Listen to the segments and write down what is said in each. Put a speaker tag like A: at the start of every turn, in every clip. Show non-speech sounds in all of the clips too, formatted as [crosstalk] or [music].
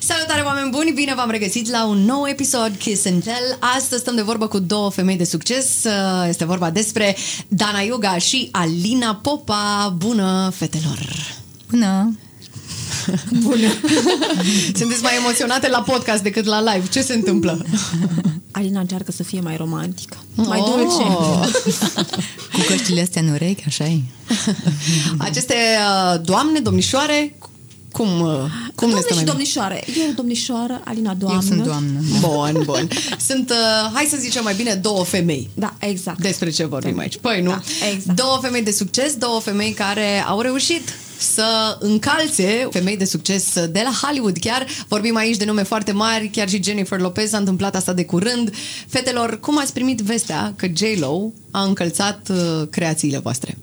A: Salutare, oameni buni! Bine v-am regăsit la un nou episod Kiss and Tell. Astăzi stăm de vorbă cu două femei de succes. Uh, Este vorba despre Dana Yoga și Alina Popa. Bună, fetelor!
B: Bună!
A: Bună! Sunteți mai emoționate la podcast decât la live. Ce se întâmplă?
B: [laughs]
C: Alina încearcă să fie mai romantică, oh. mai
B: [laughs]
C: dulce.
B: Cu căștile astea în urechi, așa e.
A: [laughs] Aceste uh, doamne, domnișoare, cum, uh, cum ne
C: Doamne
A: stăm
C: și
A: mai-
C: domnișoare. Eu domnișoară, Alina doamnă.
B: Eu sunt doamnă.
A: Bun, bun. Sunt, uh, hai să zicem mai bine, două femei.
C: Da, exact.
A: Despre ce vorbim aici? Păi nu.
C: Da, exact.
A: Două femei de succes, două femei care au reușit să încalțe femei de succes de la Hollywood chiar. Vorbim aici de nume foarte mari, chiar și Jennifer Lopez a întâmplat asta de curând. Fetelor, cum ați primit vestea că J-Lo a încălțat uh, creațiile voastre?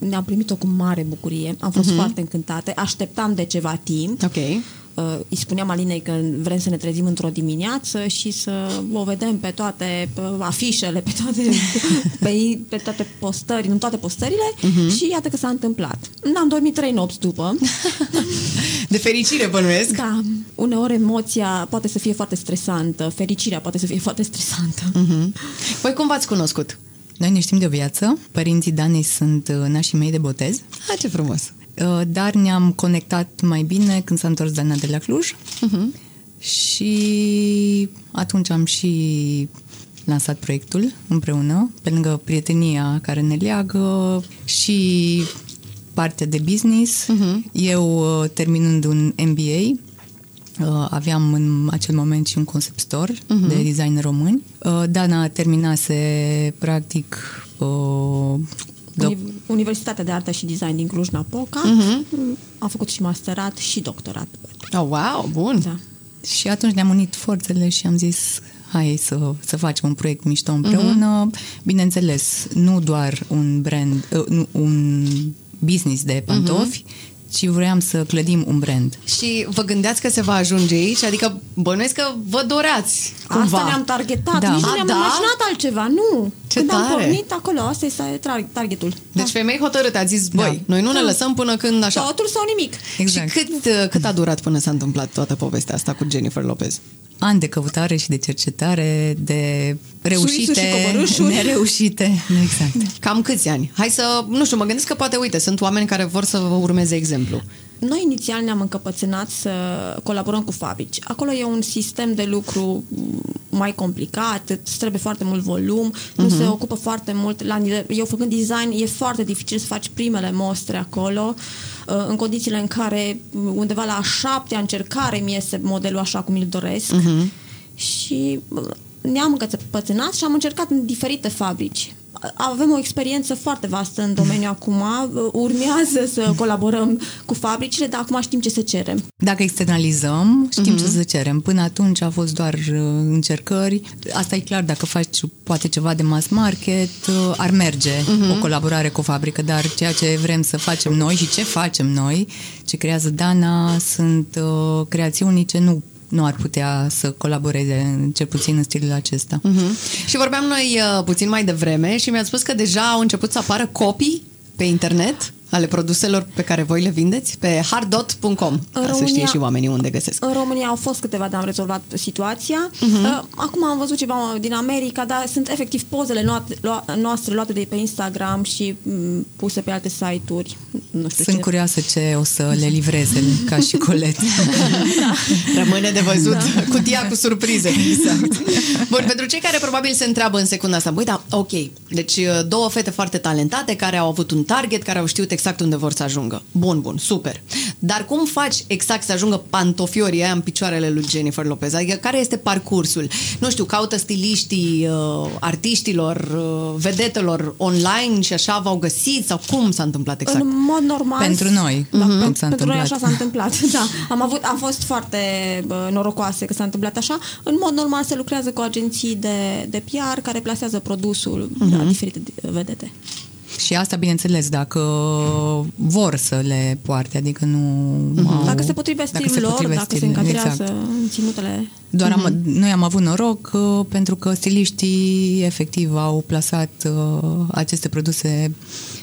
C: Ne-am primit-o cu mare bucurie. Am
B: Mhm.
C: fost foarte încântate. Așteptam de ceva timp.
B: Da.
A: Ok.
C: Uh, îi spuneam Alinei că vrem să ne trezim într-o dimineață și să o vedem pe toate uh, afișele, pe
B: [laughs]
C: toate, pe, pe toate postări, în toate postările
B: Mhm.
C: și iată că s-a întâmplat. N-am dormit trei nopți
B: [laughs]
C: după.
A: De fericire, bănuiesc.
C: Da, uneori emoția poate să fie foarte stresantă, fericirea poate să fie foarte stresantă.
A: Mhm, Voi Păi cum v-ați cunoscut?
B: Noi ne știm de o viață. Părinții Danei sunt uh, nașii mei de botez.
C: Ah,
A: Ha, ce frumos.
B: Uh, Dar ne-am conectat mai bine când s-a întors Dana de la Cluj.
A: Mhm.
B: Uh-huh. Și atunci am și lansat proiectul împreună, pe lângă prietenia care ne leagă și partea de business. Uh-huh. Eu uh, terminând un MBA, Uh, Aveam în acel moment și un concept store uh-huh. de design români. Uh, Dana terminase practic uh,
A: da.
B: doc-
C: Uni- Universitatea de Artă și Design din Cluj-Napoca. Uh-huh.
A: Mhm.
C: Am făcut și masterat și doctorat.
A: Oh, wow, bun.
C: Da.
B: Și atunci ne-am unit forțele și am zis hai să, să facem un proiect mișto împreună.
C: Mhm.
B: Uh-huh. Bineînțeles, nu doar un brand, uh, nu, un business de pantofi,
C: Mhm.
B: uh-huh. ci vroiam să clădim un brand.
A: Și vă gândeați că se va ajunge aici? Adică bănuiesc că vă doreați cumva.
C: Asta ne-am targetat.
B: Da.
C: Da. Nici
A: A,
C: nu ne-am
A: da?
C: imaginat altceva, nu.
A: Ce
C: Când am
A: tare!
C: pornit acolo, asta este tar- targetul.
A: Deci femei hotărâte, a zis, băi,
B: Da.
A: noi nu ne lăsăm până când
C: da.
A: așa.
C: Totul sau nimic.
B: Exact.
A: Și cât, uh, cât a durat până s-a întâmplat toată povestea asta cu Jennifer Lopez?
B: Ani de căutare și de cercetare, de
C: Suițuri și
B: reușite,
C: coborâșuri.
B: nereușite. [laughs] Exact.
A: Cam câți ani? Hai să, nu știu, mă gândesc că poate, uite, sunt oameni care vor să vă urmeze exemplu.
C: Noi inițial ne-am încăpățânat să colaborăm cu fabrici. Acolo e un sistem de lucru mai complicat, îți trebuie foarte mult volum, uh-huh. nu se ocupă foarte mult. La, nivel- eu făcând design, e foarte dificil să faci primele mostre acolo, uh, în condițiile în care undeva la a șaptea încercare mi iese modelul așa cum îl doresc. Uh-huh. Și uh, ne-am încăpățânat și am încercat în diferite fabrici avem o experiență foarte vastă în domeniu acum, urmează să colaborăm cu fabricile, dar acum știm ce să cerem.
B: Dacă externalizăm, știm uh-huh. ce să cerem. Până atunci a fost doar uh, încercări. Asta e clar, dacă faci poate ceva de mass market, uh, ar merge uh-huh. o colaborare cu o fabrică, dar ceea ce vrem să facem noi și ce facem noi, ce creează Dana, sunt uh, creațiuni ce nu nu ar putea să colaboreze, cel puțin în stilul acesta.
A: Mhm.
B: Uh-huh.
A: Și vorbeam noi uh, puțin mai devreme și mi-ați spus că deja au început să apară copii pe internet ale produselor pe care voi le vindeți pe hardot.com, ca să
C: România-
A: știe și oamenii unde găsesc.
C: În România au fost câteva, dar am rezolvat situația. Uh-huh. Acum am văzut ceva din America, dar sunt efectiv pozele luate, lua, noastre luate de pe Instagram și m, puse pe alte site-uri. Nu știu
B: Sunt
C: ce.
B: curioasă ce o să le livreze ca și colet.
A: [laughs] Rămâne de văzut da. [laughs] cutia cu surprize. Exact. Bun, pentru cei care probabil se întreabă în secunda asta, băi, da, ok, deci două fete foarte talentate care au avut un target, care au știut exact unde vor să ajungă. Bun, bun, super. Dar cum faci exact să ajungă pantofiorii aia în picioarele lui Jennifer Lopez? Adică care este parcursul? Nu știu, caută stiliștii uh, artiștilor, uh, vedetelor online și așa v-au găsit sau cum s-a întâmplat exact?
C: În mod normal.
B: Pentru noi,
C: Da,
B: cum s-a
C: pen- pentru
B: întâmplat.
C: noi așa s-a întâmplat. [laughs] Da.
B: [laughs]
C: Am, avut, am fost foarte bă, norocoase că s-a întâmplat așa. În mod normal se lucrează cu agenții de, de PR care plasează produsul la
B: Mhm.
C: diferite de- vedete.
B: Și asta, bineînțeles, dacă vor să le poarte, adică nu au,
C: Mhm. Dacă se potrivesc
B: dacă
C: stilul
B: se
C: lor,
B: potrivesc
C: dacă se
B: stilul,
C: încadrează Mhm.
B: Exact.
C: în ținutele
B: Doar am, noi am avut noroc uh, pentru că stiliștii efectiv au plasat uh, aceste produse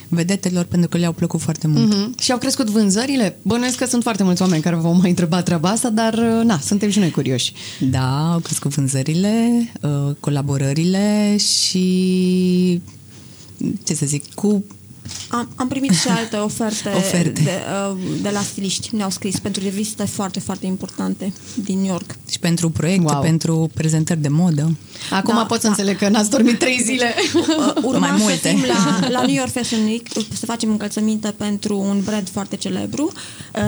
B: vedetelor pentru că le-au plăcut foarte mult.
A: Mhm. Și au crescut vânzările? Bănuiesc că sunt foarte mulți oameni care vă mai întreba treaba asta, dar uh, na, suntem și noi curioși.
B: Da, au crescut vânzările, uh, colaborările și ce să zic, cu
C: Am, am primit și
B: [laughs]
C: alte oferte,
B: Oferte.
C: De, uh, de la stiliști. Ne-au scris pentru reviste foarte, foarte importante din New York.
B: și pentru proiecte,
A: Wow.
B: wow. pentru prezentări de modă.
A: Acum
C: Da,
A: pot să
C: da.
A: înțeleg că n-ați dormit trei zile.
C: Uh, [laughs] Urma
B: Mai multe.
C: să fim
A: [laughs]
C: la, la New York Fashion Week uh, să facem încălțăminte pentru un brand foarte celebru.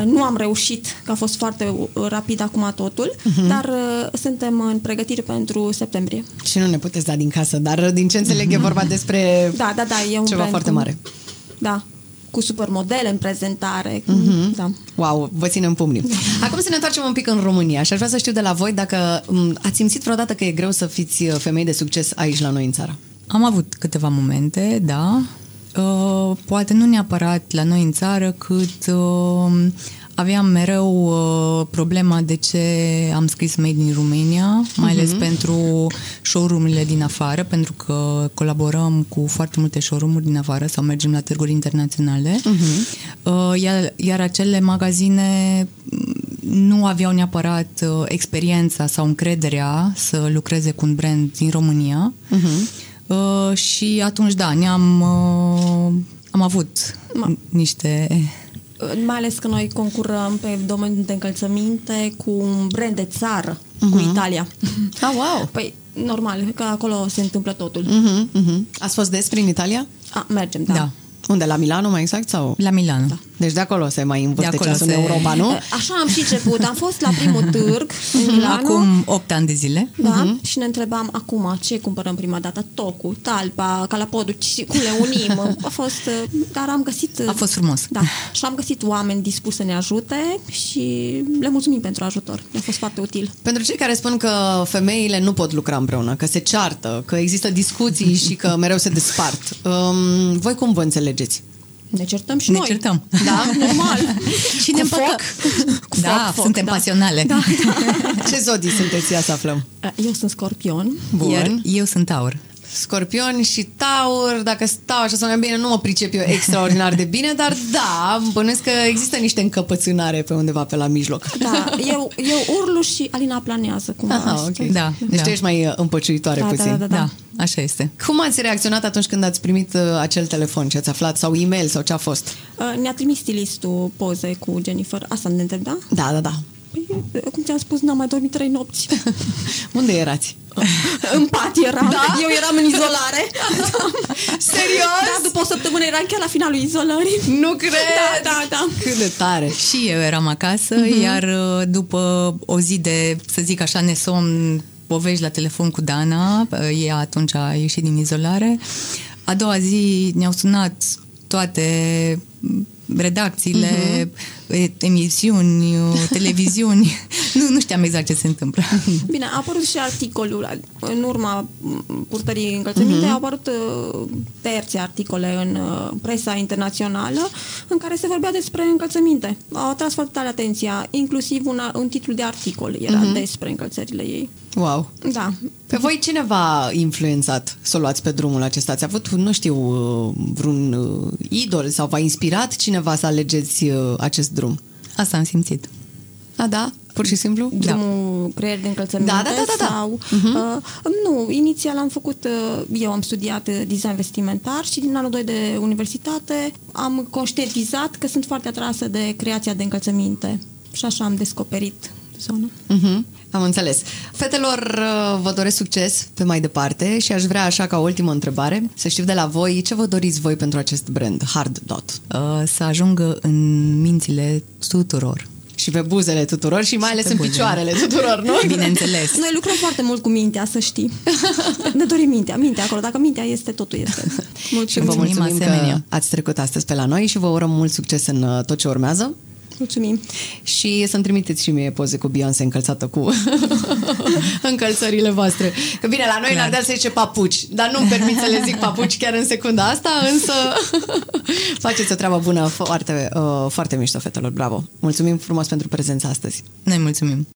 C: Uh, Nu am reușit, că a fost foarte uh, rapid acum totul,
A: Mhm.
C: uh-huh. dar uh, suntem în pregătire pentru septembrie.
A: și nu ne puteți da din casă, dar din ce înțeleg e vorba despre
C: Da, da, da, e un
A: ceva
C: brand
A: foarte
C: cu-
A: mare.
C: Da, cu supermodele în prezentare. Uh-huh. Da.
A: Mhm. Wow, vă ținem pumnii. Acum să ne întoarcem un pic în România și aș vrea să știu de la voi dacă m, ați simțit vreodată că e greu să fiți uh, femei de succes aici la noi în țară.
B: Am avut câteva momente, da. Uh, Poate nu neapărat la noi în țară, cât uh, aveam mereu uh, problema de ce am scris Made in Romania, mai ales pentru showroom-urile din afară, pentru că colaborăm cu foarte multe showroom-uri din afară sau mergem la târguri internaționale. Uh, Iar, iar acele magazine nu aveau neapărat uh, experiența sau încrederea să lucreze cu un brand din România. Uh-huh. Uh, și atunci, da, ne-am uh, am avut
C: Ma-
B: niște...
C: Uh, Mai ales că noi concurăm pe domeniul de încălțăminte cu un brand de țară, uh-huh. cu Italia.
A: Mhm. Ah, wow!
C: [laughs] Păi, normal, că acolo se întâmplă totul.
A: Uh-huh, uh-huh. Ați fost des prin Italia?
C: A, mergem, da.
B: Da. da,
A: Unde, la Milano mai exact? sau?
B: la Milano. Da.
A: Deci de acolo se mai învârte
B: De acolo
A: ceasul în
B: se-
A: Europa,
C: [laughs]
A: nu?
C: Așa am și început. Am fost la primul
B: [laughs]
C: târg în Milano.
B: Acum Mhm. 8 ani de zile.
C: Da, uh-huh. și ne întrebam acum ce cumpărăm prima dată, tocul, talpa, calapodul, ci- cum le unim. A fost, uh, dar am găsit... uh,
B: A fost frumos.
C: Da, și am găsit oameni dispuși să ne ajute și le mulțumim pentru ajutor. A fost foarte util.
A: Pentru cei care spun că femeile nu pot lucra împreună, că se ceartă, că există discuții și că mereu se despart, um, voi cum vă înțelegeți?
C: Ne certăm și
B: Ne
C: noi.
B: certăm.
C: Da, normal.
B: [laughs] Și
C: Cu
B: ne împăcă- [laughs]
C: foc. Cu
B: da,
C: foc, foc,
B: suntem
C: da.
B: pasionale. [laughs]
C: Da,
A: Ce zodii sunteți? Ia să aflăm.
C: da. Eu sunt scorpion.
A: Bun.
B: Iar eu sunt aur.
A: Scorpion și Taur, dacă stau așa să ne bine, nu mă pricep eu extraordinar de bine, dar da, bănuiesc că există niște încăpățânare pe undeva pe la mijloc.
C: Da, eu, eu urlu și Alina planează cumva.
A: Aha,
C: asta.
A: ok.
B: Da,
A: Deci
B: da.
A: tu ești mai uh, împăciuitoare
C: Da, da,
A: puțin.
B: Da,
C: da,
B: da așa este.
A: Cum ați reacționat atunci când ați primit uh, acel telefon ce ați aflat sau e-mail sau ce a fost?
C: Uh, Ne-a trimis stilistul poze cu Jennifer. Asta ne întreba?
A: Da, da, da.
C: Păi, uh, cum ți-am spus, n-am mai dormit trei nopți.
A: Unde erați?
C: în pat eram.
A: Da?
C: Eu eram în izolare.
A: Serios?
C: Da, după o săptămână eram chiar la finalul izolării.
A: Nu cred!
C: Da, da, da.
A: Cât de tare!
B: Și eu eram acasă, iar uh, după o zi de, să zic așa, nesomn, povești la telefon cu Dana, uh, ea atunci a ieșit din izolare, a doua zi ne-au sunat toate redacțiile, e- emisiuni, uh, televiziuni, nu, nu știam exact ce se întâmplă.
C: Bine, a apărut și articolul. În urma m, purtării încălțăminte au apărut uh, terțe articole în uh, presa internațională în care se vorbea despre încălțăminte. Au atras foarte tare atenția, inclusiv un, un titlu de articol era despre încălțările ei.
A: Wow!
C: Da,
A: Pe voi cine v-a influențat să o luați pe drumul acesta? Ați avut, nu știu, uh, vreun uh, idol sau v-a inspirat cineva să alegeți uh, acest drum?
B: Asta am simțit.
A: A, da? Pur și simplu?
C: drumul creier de încălțăminte
A: Da, da, da, da, da.
C: sau... Uh-huh. Uh, nu, inițial am făcut, uh, eu am studiat uh, design vestimentar și din anul 2 de universitate am conștientizat că sunt foarte atrasă de creația de încălțăminte și așa am descoperit zona.
A: Mhm, Am înțeles. Fetelor, uh, vă doresc succes pe mai departe și aș vrea așa ca ultimă întrebare să știu de la voi ce vă doriți voi pentru acest brand, Hard Dot.
B: Uh, Să ajungă în mințile tuturor.
A: Și pe buzele tuturor și mai ales
B: pe
A: în
B: buzele.
A: picioarele tuturor, nu?
B: Bineînțeles.
C: Noi lucrăm foarte mult cu mintea, să
A: [laughs]
C: știi. ne dorim mintea, mintea acolo. Dacă mintea este, totul este.
A: Și vă
C: Mulțumim.
B: Mulțumim
A: mulțumim că
B: asemenea.
A: ați trecut astăzi pe la noi și vă urăm mult succes în uh, tot ce urmează.
C: Mulțumim.
A: Și să-mi trimiteți și mie poze cu Beyoncé încălțată cu [laughs] încălțările voastre. Că bine, la noi în
B: Clar.
A: Ardeal se zice papuci, dar nu-mi permit să le zic papuci chiar în secunda asta, însă [laughs] faceți o treabă bună, foarte, uh, foarte mișto, fetelor, bravo! Mulțumim frumos pentru prezența astăzi!
B: Noi mulțumim.